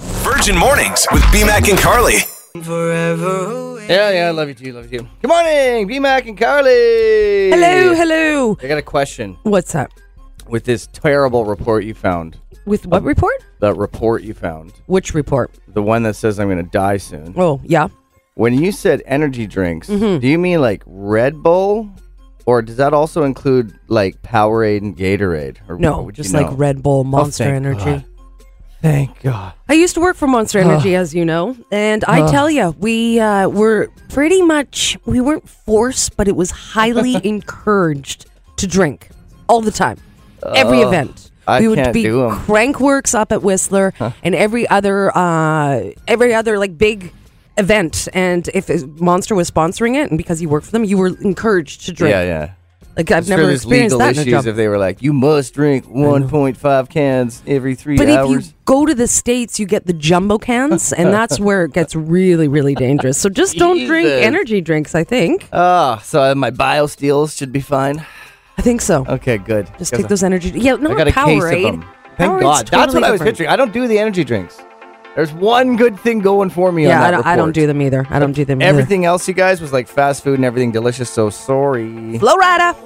Virgin Mornings with BMAC and Carly. Yeah, yeah, I love you too. Love you too. Good morning, B Mac and Carly. Hello, hello. I got a question What's up? with this terrible report you found. With Oh. what report? The report you found. Which report? The one that says I'm going to die soon. Oh, yeah. When you said energy drinks, Mm-hmm. do you mean like Red Bull? Or does that also include like Powerade and Gatorade? Or what No, would you just like know? Red Bull, Monster Oh, thank Energy. God. Thank God. I used to work for Monster Energy, as you know, and I tell you, we uh, were pretty much we weren't forced, but it was highly encouraged to drink all the time, every event. Oh, I we would can't be do 'em. Crankworks up at Whistler and every other uh, every other like big event, and if Monster was sponsoring it, and because you worked for them, you were encouraged to drink. Yeah, yeah. Like I've Just never for there's experienced legal that in a issues job. if they were like, you must drink 1.5 cans every three But hours. if you go to the states, you get the jumbo cans, and that's where it gets really, really dangerous. So just don't drink Jesus. energy drinks. I think. Ah, so my bio steals should be fine. I think so. Okay, good. Just 'Cause take those energy. Yeah, not I got a Powerade. case of them. Thank Powerade's God. That's totally what I was different. picturing. I don't do the energy drinks. There's one good thing going for me on Yeah, that I don't, I don't report. do them either. I don't do them. Everything else, you guys, was like fast food and everything delicious. So sorry. Either. Florida.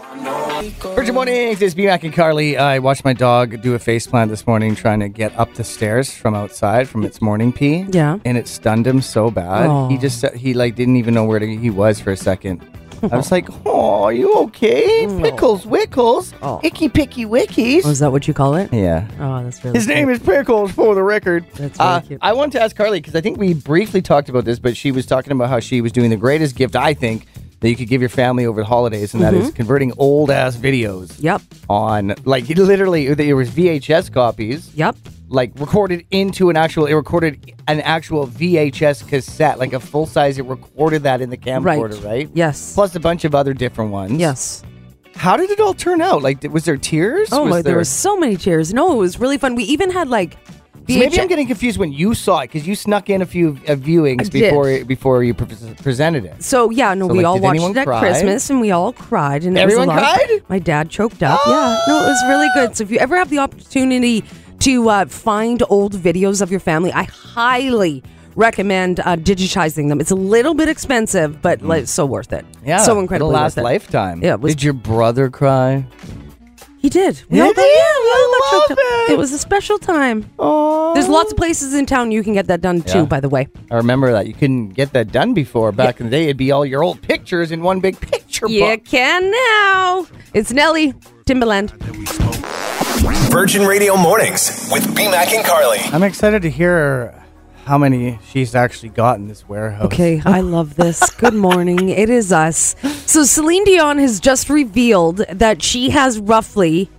Virgin mornings. It's B-Mac and Carly. I watched my dog do a face plant this morning, trying to get up the stairs from outside from its morning pee. Yeah. and it stunned him so bad. He just said- he like didn't even know where to, he was for a second. I was like, "Oh, are you okay? Pickles, wickles, icky picky wickies." Oh, is that what you call it? yeah. Oh, that's really. His name is Pickles for the record. That's really uh, cute. I wanted to ask Carly because I think we briefly talked about this, but she was talking about how she was doing the greatest gift I think that you could give your family over the holidays, and that Mm-hmm. is converting old ass videos Yep. on like literally there was VHS copies Yep. like recorded into an actual it recorded an actual VHS cassette like a full size it recorded that in the camcorder right, Yes. plus a bunch of other different ones Yes. how did it all turn out like was there tears Oh my! There were so many cheers. No, it was really fun. We even had like. So maybe VHS I'm getting confused when you saw it because you snuck in a few uh, viewings did. before before you pre- presented it. So yeah, no, So, we like, all did watched anyone it at cry? Christmas, and we all cried. And it was a Everyone lot of- cried? my dad choked up. Yeah, no, it was really good. So if you ever have the opportunity to uh, find old videos of your family, I highly recommend uh, digitizing them. It's a little bit expensive, but like, so worth it. so incredibly The Mm. last worth it. lifetime. Yeah, it was- did your brother cry? He did. We Did all got- he? yeah, we all I got choked love up. it. It was a special time. Oh, There's lots of places in town you can get that done too. Yeah. By the way, I remember that you couldn't get that done before. Back in the day, it'd be all your old pictures in one big picture you book. can now. It's Nelly Timberland. Virgin Radio Mornings with BMAC and Carly. I'm excited to hear how many she's actually got in this warehouse. Okay, I love this. Good morning. It is us. So Celine Dion has just revealed that she has roughly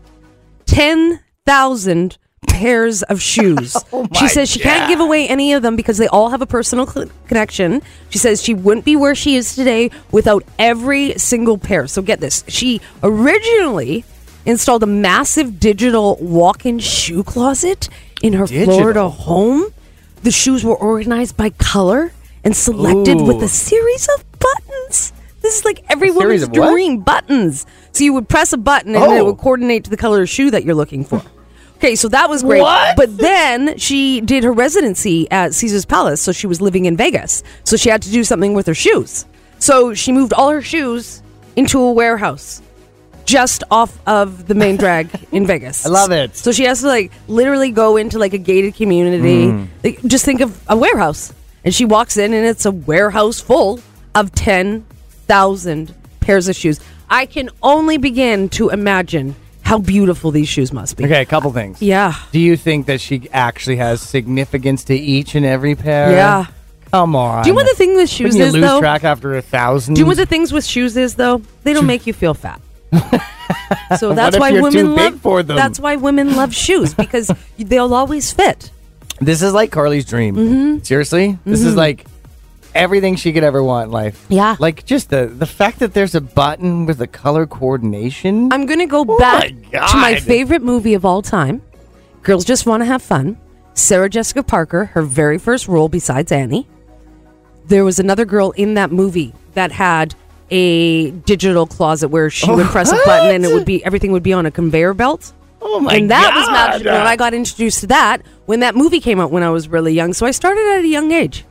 10,000 pairs of shoes. she says she can't give away any of them because they all have a personal cl- connection. She says she wouldn't be where she is today without every single pair. So get this. She originally installed a massive digital walk-in shoe closet in her Digital? Florida home. The shoes were organized by color and selected with Ooh. a series of buttons. This is like every series woman's of what? dream buttons. So you would press a button and it Oh. would coordinate to the color of shoe that you're looking for. Okay, so that was great. What? But then she did her residency at Caesar's Palace, so she was living in Vegas. So she had to do something with her shoes. So she moved all her shoes into a warehouse just off of the main drag in Vegas. I love it. So she has to like literally go into like a gated community. Hmm. Like, just think of a warehouse. And she walks in and it's a warehouse full of 10,000 pairs of shoes. I can only begin to imagine how beautiful these shoes must be. Okay, a couple things. Yeah. Do you think that she actually has significance to each and every pair? Yeah. Come on. Do you know what the thing with shoes Wouldn't you is lose though? track after a thousand? Do you know what the things with shoes is though? They don't make you feel fat. So that's if why you're women too big love for them? That's why women love shoes because they'll always fit. This is like Carly's dream. Mm-hmm. Seriously, this is like everything she could ever want in life. Yeah. like just the the fact that there's a button with the color coordination. I'm gonna go Oh my back to my God. favorite movie of all time. Girls just want to have fun. Sarah Jessica Parker, her very first role besides Annie. There was another girl in that movie that had a digital closet where she would press a button and it would be everything would be on a conveyor belt. Oh my and that was God. magical. And I got introduced to that when that movie came out when I was really young. So I started at a young age,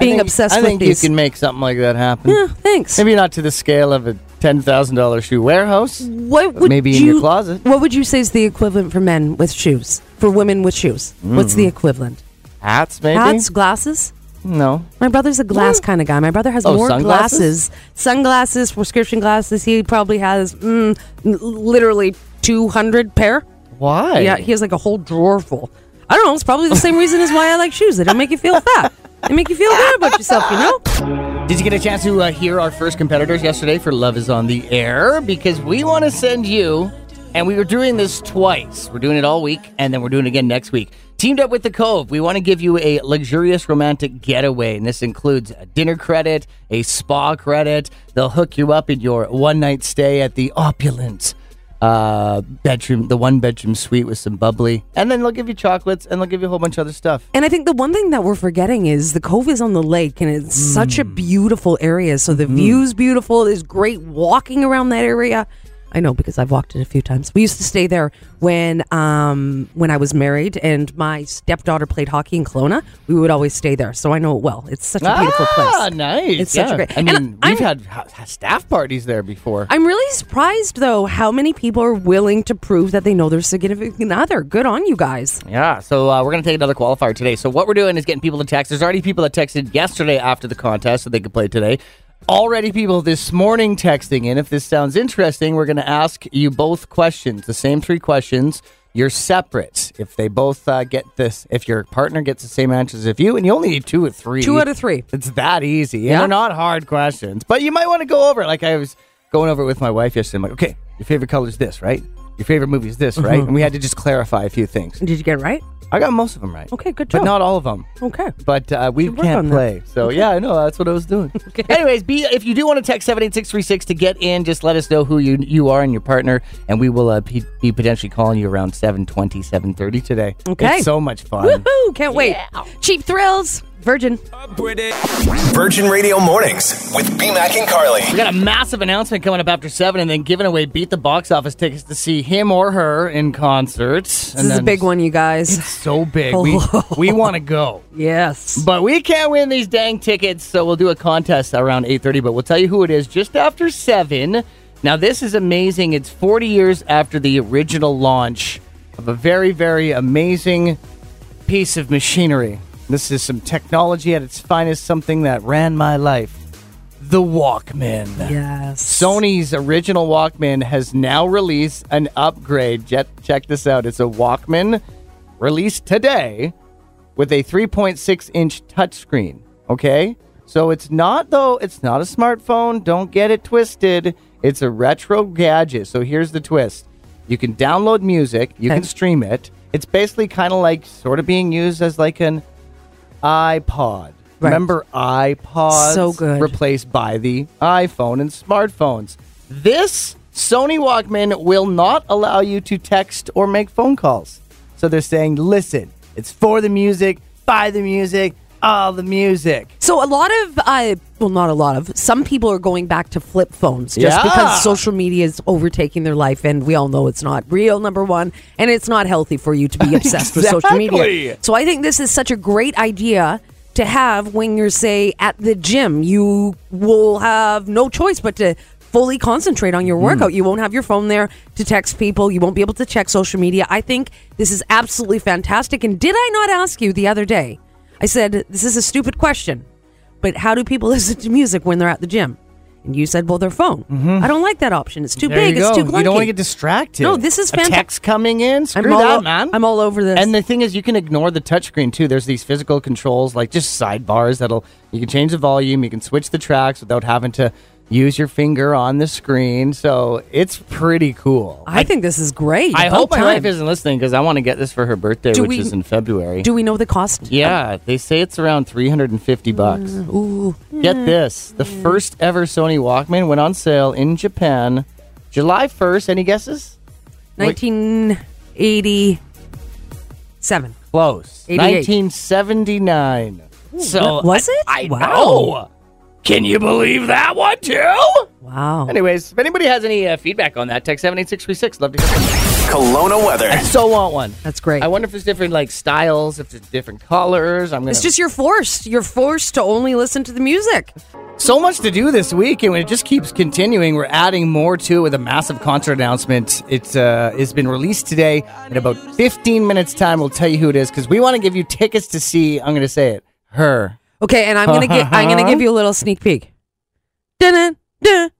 being I think- obsessed I with think these. you can make something like that happen. Yeah, thanks. Maybe not to the scale of a ten thousand dollar shoe warehouse. what would maybe you, in your closet. What would you say is the equivalent for men with shoes? For women with shoes, what's the equivalent? Hats, Mm-hmm. maybe. Hats, glasses. No. My brother's a glass kind of guy. My brother has Oh, more sunglasses? glasses, sunglasses, prescription glasses. He probably has mm, l- literally 200 pair. Why? Yeah, he has like a whole drawer full. I don't know. It's probably the same reason as why I like shoes. They don't make you feel fat. They make you feel good about yourself, you know? Did you get a chance to uh, hear our first competitors yesterday for Love is on the Air? Because we want to send you, and we were doing this twice. We're doing it all week, and then we're doing it again next week. Teamed up with The Cove, we want to give you a luxurious romantic getaway, and this includes a dinner credit, a spa credit. They'll hook you up in your one night stay at the opulent uh, bedroom, the one bedroom suite with some bubbly, and then they'll give you chocolates and they'll give you a whole bunch of other stuff. And I think the one thing that we're forgetting is the cove is on the lake and it's such Hmm. a beautiful area. So the view's beautiful. There's great walking around that area. I know because I've walked it a few times. We used to stay there when um, when I was married and my stepdaughter played hockey in Kelowna. We would always stay there. So I know it well. It's such a beautiful Ah, place. nice. It's such a yeah. great- I and mean, I- we've had ha- ha- staff parties there before. I'm really surprised though how many people are willing to prove that they know their significant other. Good on you guys. yeah. So uh, we're going to take another qualifier today. So what we're doing is getting people to text. There's already people that texted yesterday after the contest so they could play today. Already people this morning texting in. If this sounds interesting, we're going to ask you both questions, the same three questions. You're separate. If they both uh, get this, if your partner gets the same answers as you, and you only need two or three. Two out of three. It's that easy. Yeah. Yeah. They're not hard questions, but you might want to go over it. Like I was going over it with my wife yesterday. I'm like, okay, your favorite color is this, right? Your favorite movie is Mm-hmm. this, right? And we had to just clarify a few things. Did you get it right? I got most of them right. Okay, good But job. not all of them. Okay. But uh, we Should work on can't that. play. So yeah, I know that's what I was doing. Anyways, be if you do want to text seven eight six three six to get in, just let us know who you you are and your partner, and we will uh, be, be potentially calling you around 720, 730 today. Okay. it's so much fun. Woohoo! Can't wait. Cheap thrills. Virgin. Virgin Radio Mornings with BMAC and Carly. We got a massive announcement coming up after seven, and then giving away beat the box office tickets to see him or her in concert. This is a big one, you guys. So big. We we want to go, Yes. but we can't win these dang tickets. So we'll do a contest around eight thirty. But we'll tell you who it is just after seven. Now this is amazing. It's forty years after the original launch of a very very amazing piece of machinery. This is some technology at its finest. Something that ran my life. The Walkman. Yes. Sony's original Walkman has now released an upgrade. Jet, check this out. It's a Walkman released today with a 3.6 inch touchscreen. Okay? So it's not, though, it's not a smartphone. Don't get it twisted. It's a retro gadget. So here's the twist you can download music, you Okay. can stream it. It's basically kind of like sort of being used as like an iPod. Right. Remember iPods? So good. Replaced by the iPhone and smartphones. This Sony Walkman will not allow you to text or make phone calls. So they're saying, listen, it's for the music, by the music, all the music. So a lot of, uh, well, not a lot of, some people are going back to flip phones just Yeah. because social media is overtaking their life, and we all know it's not real, number one, and it's not healthy for you to be obsessed with social media. Exactly. So I think this is such a great idea to have when you're, say, at the gym. You will have no choice but to fully concentrate on Hmm. your workout. You won't have your phone there to text people. You won't be able to check social media. I think this is absolutely fantastic. And did I not ask you the other day? I said, this is a stupid question, but how do people listen to music when they're at the gym? And you said, well, their phone. I don't like that option. It's too Mm-hmm. There big. you It's go. too clunky. You don't want to get distracted. No, this is A fanta- Text coming in. Screw I'm all, that, o- man. I'm all over this. And the thing is, you can ignore the touchscreen too. There's these physical controls, like just sidebars that'll you can change the volume, you can switch the tracks without having to use your finger on the screen. So it's pretty cool. I think this is great. I About hope my time. wife isn't listening because I want to get this for her birthday, Do which we- is in February. Do we know the cost? yeah, they say it's around 350 bucks. Mm. Ooh. Mm. Get this. The first ever Sony Walkman went on sale in Japan July 1st. Any guesses? 1987. Close. 88. 1979. So was I- it? I, Wow. know. Can you believe that one too? Wow. Anyways, if anybody has any uh, feedback on that, text seven eight six three six. Love to hear. it. Kelowna weather. So want one. That's great. I wonder if there's different like styles, if there's different colors. I'm gonna. It's just you're forced. You're forced to only listen to the music. so much to do this week, and it just keeps continuing. We're adding more to it with a massive concert announcement. It's uh, it's been released today. In about 15 minutes' time, we'll tell you who it is because we want to give you tickets to see. I'm going to say it. Her. Okay, and I'm gonna get. I'm gonna give you a little sneak peek. Dun-dun, dun.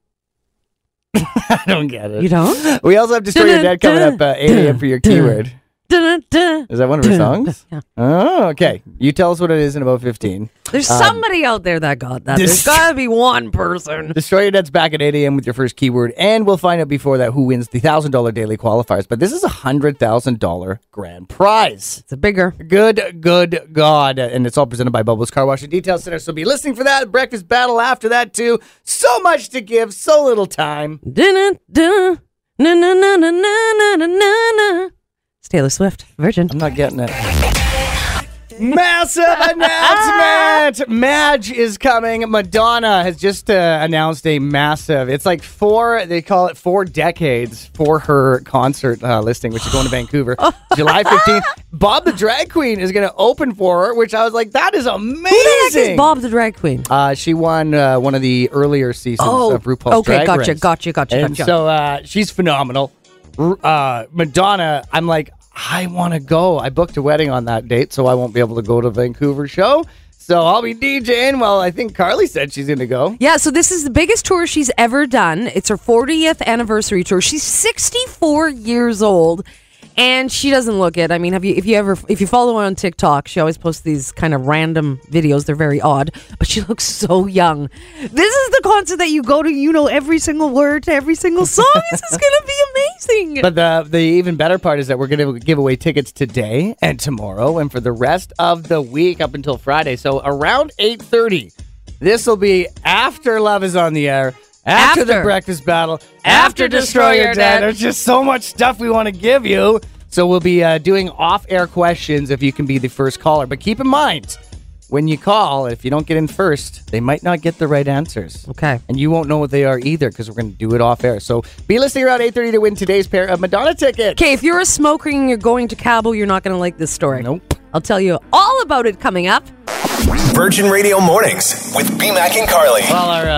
I don't get it. You don't? We also have Destroy Your Dead coming up uh, 8 a.m. for your keyword. Dun-dun, dun. Is that one of her songs? Yeah. Oh, okay. You tell us what it is in about 15. There's somebody out there that got that. um, this- There's gotta be one person. Destroy Your Dead's back at 8 a.m. with your first keyword, and we'll find out before that who wins the $1,000 daily qualifiers. But this is a $100,000 grand prize. It's a bigger. Good, good God. And it's all presented by Bubbles Car Wash and Detail Center. So be listening for that. Breakfast battle after that, too. So much to give, so little time. Dun-dun, dun. Na, na, na, na, na, na, na, na, na. It's Taylor Swift, Virgin. I'm not getting it. Massive announcement! Madge is coming. Madonna has just uh, announced a massive. It's like four. They call it four decades for her concert uh, listing, which is going to Vancouver, July 15th. Bob the drag queen is going to open for her, which I was like, that is amazing. Who the heck is Bob the drag queen? Uh, she won uh, one of the earlier seasons Oh, of RuPaul's okay, Drag gotcha, Race. gotcha, gotcha, And gotcha. so uh, she's phenomenal. R- uh, Madonna, I'm like, I want to go. I booked a wedding on that date, so I won't be able to go to Vancouver show. So I'll be DJing. Well, I think Carly said she's going to go. Yeah, so this is the biggest tour she's ever done. It's her 40th anniversary tour. She's 64 years old and she doesn't look it. I mean, have you if you ever if you follow her on TikTok, she always posts these kind of random videos. They're very odd, but she looks so young. This is the concert that you go to, you know every single word to every single song. this is going to be amazing. But the the even better part is that we're going to give away tickets today and tomorrow and for the rest of the week up until Friday. So around 8:30. This will be after Love is on the air, after, the After. breakfast battle, after After Destroy Your Dad. There's just so much stuff we want to give you. So we'll be uh, doing off-air questions if you can be the first caller. But keep in mind, when you call, if you don't get in first, they might not get the right answers. Okay. And you won't know what they are either because we're going to do it off air. So be listening around 8.30 to win today's pair of Madonna tickets. Okay, if you're a smoker and you're going to Cabo, you're not going to like this story. Nope. I'll tell you all about it coming up. Virgin Radio Mornings with BMAC and Carly. Well, our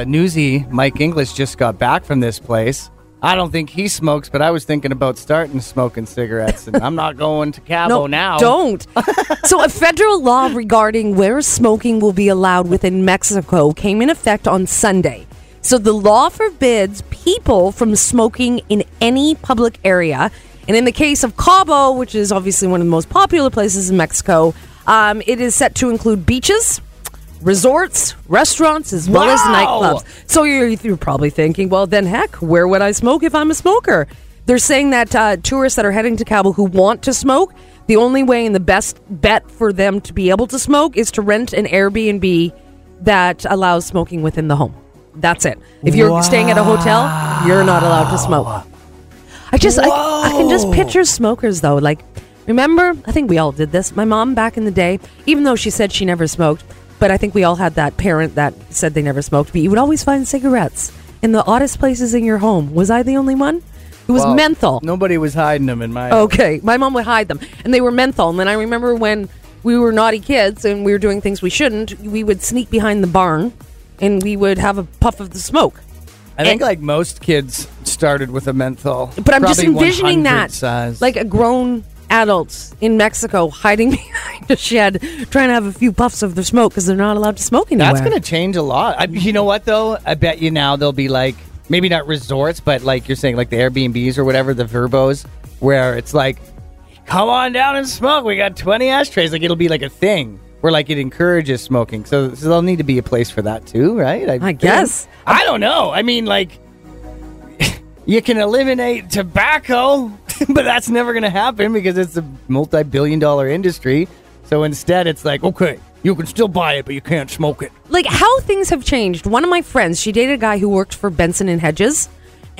uh, newsy Mike English just got back from this place. I don't think he smokes, but I was thinking about starting smoking cigarettes, and I'm not going to Cabo now. Don't. so, a federal law regarding where smoking will be allowed within Mexico came in effect on Sunday. So, the law forbids people from smoking in any public area. And in the case of Cabo, which is obviously one of the most popular places in Mexico, um, it is set to include beaches, resorts, restaurants, as well as Wow. nightclubs. So you're, you're probably thinking, well, then heck, where would I smoke if I'm a smoker? They're saying that uh, tourists that are heading to Cabo who want to smoke, the only way and the best bet for them to be able to smoke is to rent an Airbnb that allows smoking within the home. That's it. If you're staying at a hotel, you're not allowed to smoke. I just, I, I can just picture smokers though. Like, remember, I think we all did this. My mom back in the day, even though she said she never smoked, but I think we all had that parent that said they never smoked. But you would always find cigarettes in the oddest places in your home. Was I the only one? It was Well, menthol. Nobody was hiding them in my. Okay, my mom would hide them, and they were menthol. And then I remember when we were naughty kids and we were doing things we shouldn't, we would sneak behind the barn, and we would have a puff of the smoke. I think and- like most kids started with a menthol. But I'm just Probably envisioning 100 that, size. like a grown adult in Mexico hiding behind a shed, trying to have a few puffs of their smoke because they're not allowed to smoke anywhere. That's going to change a lot. I, you know what, though? I bet you now they'll be like, maybe not resorts, but like you're saying, like the Airbnbs or whatever, the Verbos, where it's like, come on down and smoke. We got 20 ashtrays. Like, it'll be like a thing where like it encourages smoking. So, so there'll need to be a place for that too, right? I think. guess. I don't know. I mean, like, you can eliminate tobacco, but that's never going to happen because it's a multi billion dollar industry. So instead, it's like, okay, you can still buy it, but you can't smoke it. like how things have changed. One of my friends, she dated a guy who worked for Benson and Hedges,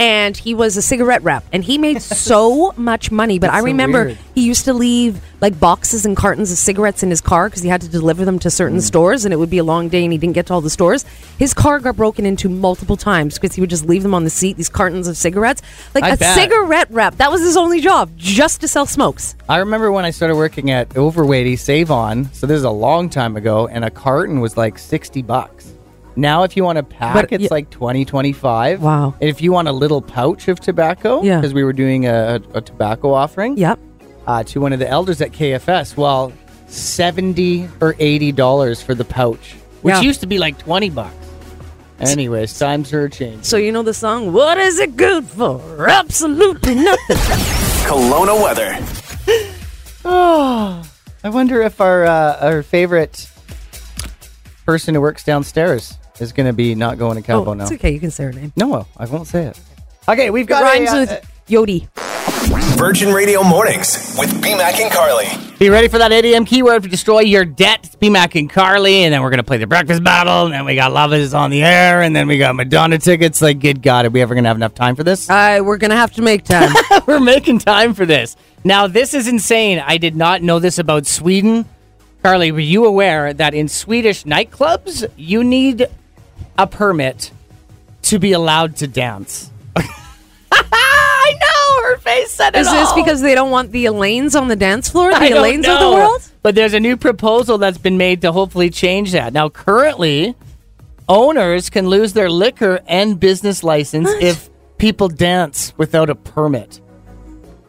and he was a cigarette rep, and he made so much money. But I so remember weird. he used to leave like boxes and cartons of cigarettes in his car because he had to deliver them to Mm. certain stores, and it would be a long day, and he didn't get to all the stores. His car got broken into multiple times because he would just leave them on the seat. These cartons of cigarettes, like I a bet. cigarette rep, that was his only job, just to sell smokes. I remember when I started working at Overweighty Save On. So this is a long time ago, and a carton was like sixty bucks. Now, if you want a pack, But it's y- like 20, 25. Wow. And if you want a little pouch of tobacco, Yeah. because we were doing a, a tobacco offering Yep. uh, to one of the elders at KFS, well, 70 or $80 for the pouch, which Yeah. used to be like 20 bucks. Anyways, times are changing. So you know the song. What is it good for? Absolutely nothing. Kelowna weather. Oh, I wonder if our uh, our favorite person who works downstairs is going to be not going to Cabo oh, now. it's okay. You can say her name. No, I won't say it. Okay, we've got Rhymes a, uh, with Yodi. Virgin Radio Mornings with BMAC and Carly. Be ready for that 8 a.m. keyword for destroy your debt. It's BMAC and Carly, and then we're going to play the breakfast battle, and then we got Love is on the air, and then we got Madonna tickets. Like, good God, are we ever going to have enough time for this? Uh, we're gonna have to make time. We're making time for this. Now, this is insane. I did not know this about Sweden. Carly, were you aware that in Swedish nightclubs, you need a permit to be allowed to dance? I know! Her face said it Is this all. because they don't want the Elaines on the dance floor? The I don't Elaines of the know. world? But there's a new proposal that's been made to hopefully change that. Now, currently, owners can lose their liquor and business license if people dance without a permit.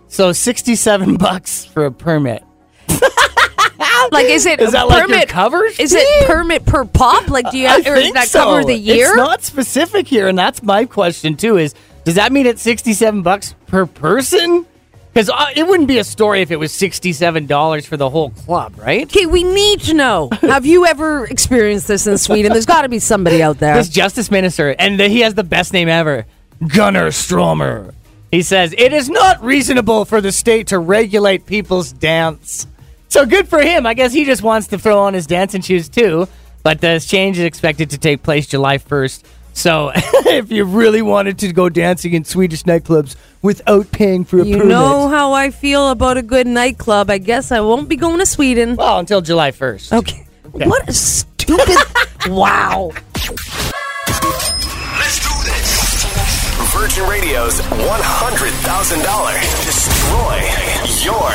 So, sixty-seven bucks for a permit. Like, is it Is that like permit your covers? Is it permit per pop? Like, do you have, or does that cover the year? It's not specific here, and that's my question too. Is does that mean it's sixty-seven bucks per person? Because uh, it wouldn't be a story if it was sixty-seven dollars for the whole club, right? okay, we need to know. Have you ever experienced this in Sweden? There's got to be somebody out there. this justice minister, and he has the best name ever, Gunnar Stromer. He says it is not reasonable for the state to regulate people's dance. So good for him. I guess he just wants to throw on his dancing shoes too. But this change is expected to take place July 1st. So if you really wanted to go dancing in Swedish nightclubs without paying for a You permit, know how I feel about a good nightclub. I guess I won't be going to Sweden. well until July 1st. Okay. What a stupid. Oh, wow. Let's do this. Virgin Radio's $100,000. Destroy your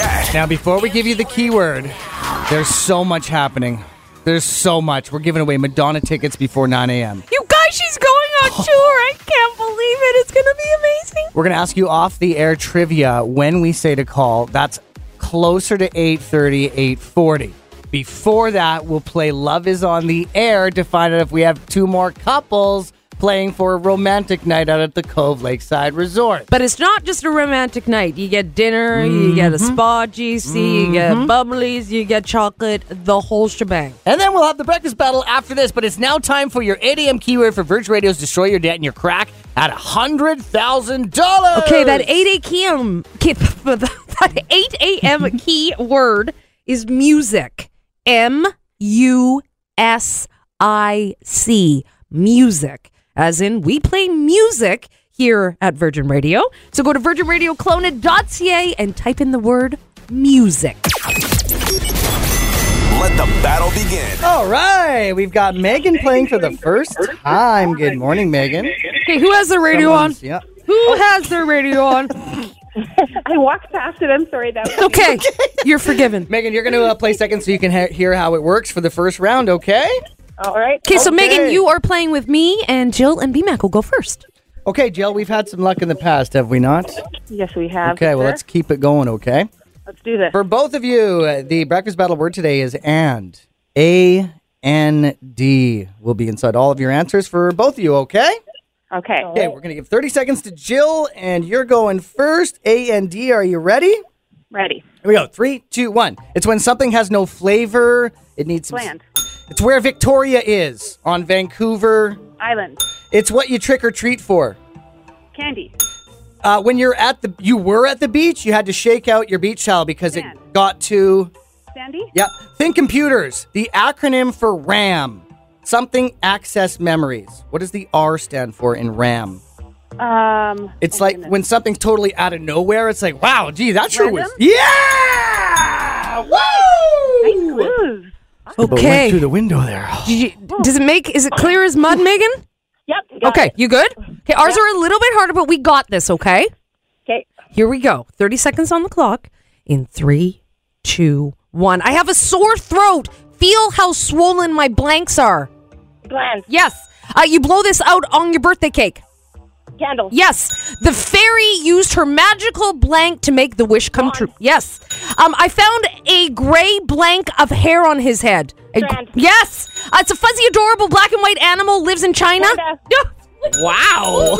debt. Now, before we give you the keyword, there's so much happening. There's so much. We're giving away Madonna tickets before 9 a.m. You guys, she's going on tour. I can't believe it. It's going to be amazing. We're gonna ask you off the air trivia when we say to call. That's closer to 8:30, 8:40. Before that, we'll play Love is on the air to find out if we have two more couples playing for a romantic night out at the Cove Lakeside Resort. But it's not just a romantic night. You get dinner, you get a spa GC, you get bubblies, you get chocolate, the whole shebang. And then we'll have the breakfast battle after this, but it's now time for your 8 a.m. keyword for Virgin Radio's Destroy Your Debt and Your Crack at $100,000. Okay, that 8 a.m. ki- that 8 a.m. key word is music. M U S I C. Music. As in, we play music here at Virgin Radio. So go to virginradioclona.ca and type in the word music. Let the battle begin. All right, we've got Megan playing for the first time. Good morning, Megan. Okay, who has their radio Someone's- on? Yeah. Who has their radio on? I walked past it. I'm sorry. That was Okay, you're forgiven. Megan, you're going to uh, play second so you can he- hear how it works for the first round, okay? all right. Okay, so Megan, Okay. you are playing with me, and Jill and BMAC will go first. Okay, Jill, we've had some luck in the past, have we not? Yes, we have. Okay, well, sir. let's keep it going, okay? let's do this. For both of you, uh, the breakfast battle word today is and. A N D will be inside all of your answers for both of you, okay? Okay. Okay, we're going to give 30 seconds to Jill, and you're going first. A N D, are you ready? Ready. Here we go. Three, two, one. It's when something has no flavor. It needs some. Land. It's where Victoria is on Vancouver. Island. It's what you trick or treat for. Candy. Uh, when you're at the, you were at the beach. You had to shake out your beach towel because Sand. it got to. Sandy. Yep. Think computers. The acronym for RAM. Something access memories. What does the R stand for in RAM? Um, It's oh like goodness. when something's totally out of nowhere, it's like, wow, gee, that sure was. Random? Yeah! Hey, Woo! clues. Okay. the Oh. window there. Did you- does it make? Is it clear as mud, Megan? Yep. got Okay, it. you good? Okay, ours are a little bit harder, but we got this. Okay, Okay. here we go. Thirty seconds on the clock. In three, two, one. I have a sore throat. Feel how swollen my blanks are. Glands. Yes. Uh, you blow this out on your birthday cake. Candles. Yes. The fairy used her magical blank to make the wish come true. Yes. Um, I found a gray blank of hair on his head. A gr- Strand. yes. Uh, it's a fuzzy, adorable black and white animal, lives in China. Panda. Wow!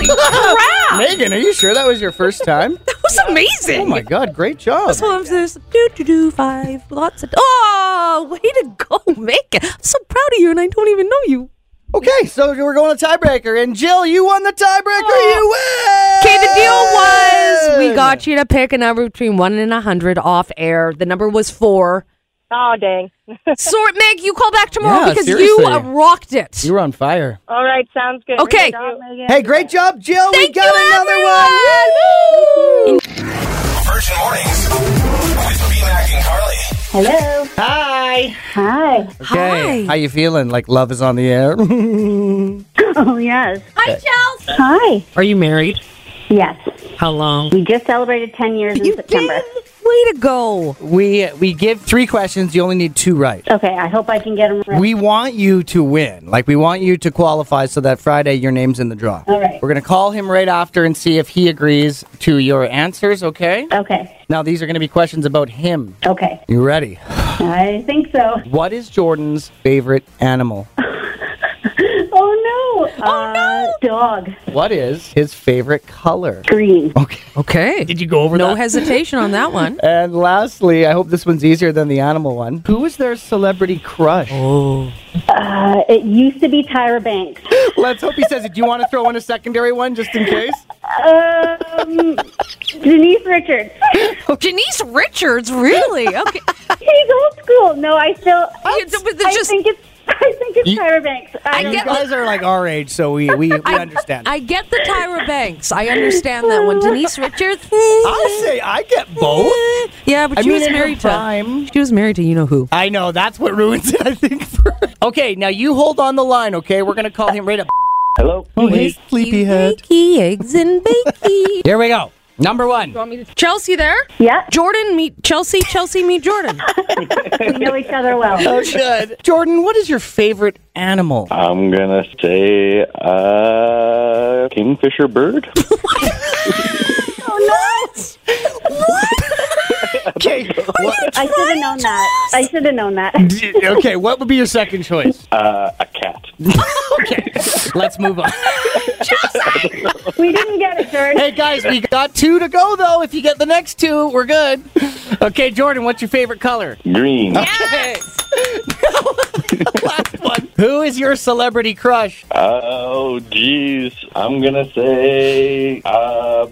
crap. Megan, are you sure that was your first time? That was amazing. oh my god, great job. This one's this do do do five lots of oh way to go Megan I'm so proud of you and I don't even know you Okay, so we're going to tiebreaker, and Jill, you won the tiebreaker. You win. Oh. Okay, the deal was we got you to pick a number between one and a hundred off air. The number was four. Oh, dang. Sort Meg, you call back tomorrow Yeah, because seriously. you uh, rocked it. You were on fire. Oh All right. Sounds good. Okay. Ring it out, Megan. Hey, great job, Jill. Thank we got you, another one. Woo! Virgin Mornings with BMAC and Carly. Hello. Hi. Hi. Okay. Hi. How you feeling? Like love is on the air. Oh, yes. Hi, Chelsea. Hi. Are you married? Yes. How long? We just celebrated 10 years in You September. did. Way to go. we we give three questions. You only need two right. Okay, I hope I can get them right. We want you to win. Like we want you to qualify so that Friday your name's in the draw. All right. We're gonna call him right after and see if he agrees to your answers. Okay. okay. Now these are gonna be questions about him. Okay. You ready? I think so. What is Jordan's favorite animal? Oh, no. Oh, no. Dog. What is his favorite color? Green. Okay. Okay. Did you go over No hesitation on that one. And lastly, I hope this one's easier than the animal one. Who was their celebrity crush? Uh, it used to be Tyra Banks. Let's hope he says it. Do you want to throw in a secondary one just in case? Um, Denise Richards. Janice Oh, Richards, really? Okay. She's old school. No, I still. It's- but they're I just- think it's. I think it's You- Tyra Banks. I, You don't get- know. guys are like our age, so we, we, we understand. I get the Tyra Banks. I understand that one. Denise Richards. I say I get both. Yeah, but I she mean, was in her married prime. Uh, to. She was married to you know who. I know that's what ruins it. I think. For okay, now you hold on the line. Okay, we're gonna call him right up. Hello. Oh, hey, sleepyhead. Bakey, eggs and bakey. Here we go. Number one. Chelsea there? Yeah, Jordan meet Chelsea. Chelsea meet Jordan. we know each other well. Oh, good. Jordan, what is your favorite animal? I'm gonna say uh kingfisher bird. Oh, Okay. What? I should have known that. I should have known that. okay. What would be your second choice? Uh, a cat. Okay. Let's move on. We didn't get it, Jordan. Hey guys, we got two to go though. If you get the next two, we're good. Okay, Jordan, what's your favorite color? Green. Last one. Who is your celebrity crush? Oh, jeez. I'm gonna say uh,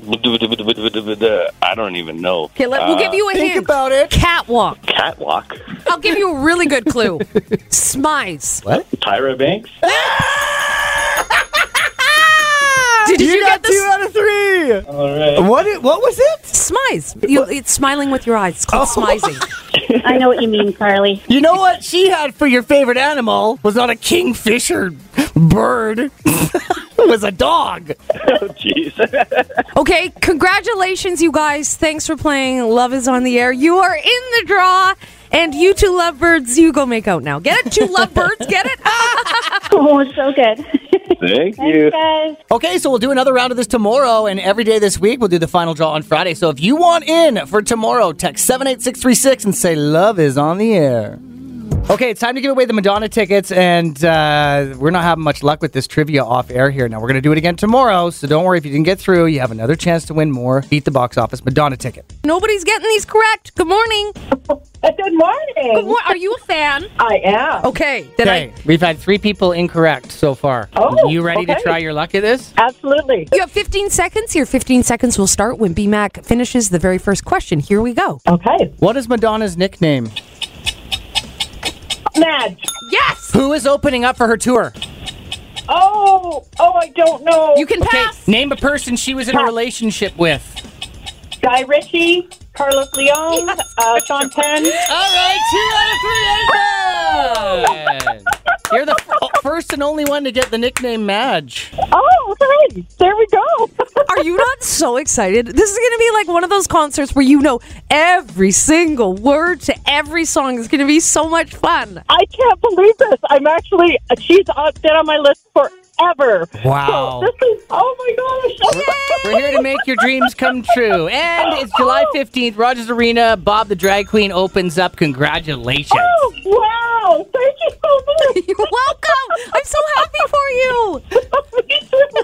I don't even know. Okay, let, we'll give you a Uh, Think hint. about it. Catwalk. Catwalk. I'll give you a really good clue. Smize. What? Tyra Banks. Did you, Ah! got get two this? out of three. All right. What? It, what was it? Smize. You, it's smiling with your eyes. It's called Oh. smizing. I know what you mean, Carly. You know what she had for your favorite animal was not a kingfisher bird. it was a dog. Oh, jeez. Okay, congratulations, you guys. Thanks for playing Love is on the Air. You are in the draw. And you two lovebirds, you go make out now. Get it? You lovebirds, get it? Ah, Oh, it's so good. Thank you. Thanks, guys. Okay, so we'll do another round of this tomorrow, and every day this week we'll do the final draw on Friday. So if you want in for tomorrow, text 78636 and say love is on the air. Okay, it's time to give away the Madonna tickets, and uh, we're not having much luck with this trivia off air here. Now, we're going to do it again tomorrow, so don't worry if you didn't get through. You have another chance to win more Beat the Box Office Madonna ticket. Nobody's getting these correct. Good morning. Uh, Good morning. Good mor- are you a fan? I am. Okay. Then Okay, I, we've had three people incorrect so far. Oh, you ready to okay. try your luck at this? Absolutely. you have 15 seconds. Your 15 seconds will start when BMAC finishes the very first question. Here we go. Okay. What is Madonna's nickname? Madge. Yes. Who is opening up for her tour? Oh, oh, I don't know. You can pass. Name a person she was in a relationship with. Guy Ritchie, Carlos Leon, uh, Sean Penn. All right, two out of three. Amen. You're the f- first and only one to get the nickname Madge. Oh, okay. There we go. Are you not so excited? This is going to be like one of those concerts where you know every single word to every song. It's going to be so much fun. I can't believe this. I'm actually, she's on- been on my list forever. Wow. So this is, oh my gosh. We're here to make your dreams come true. And it's July 15th, Rogers Arena. Bob the Drag Queen opens up. Congratulations. Oh, wow. Thank you so much. You're welcome. I'm so happy for you.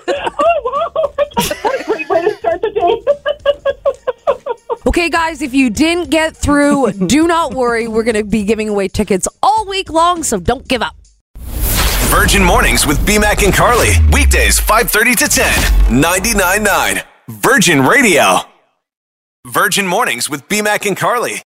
oh, wow. What a great way to start the day. Okay, guys, if you didn't get through, do not worry. We're going to be giving away tickets all week long, so don't give up. Virgin Mornings with BMAC and Carly. Weekdays 5:30 to 10. 99.9 Virgin Radio. Virgin Mornings with BMAC and Carly.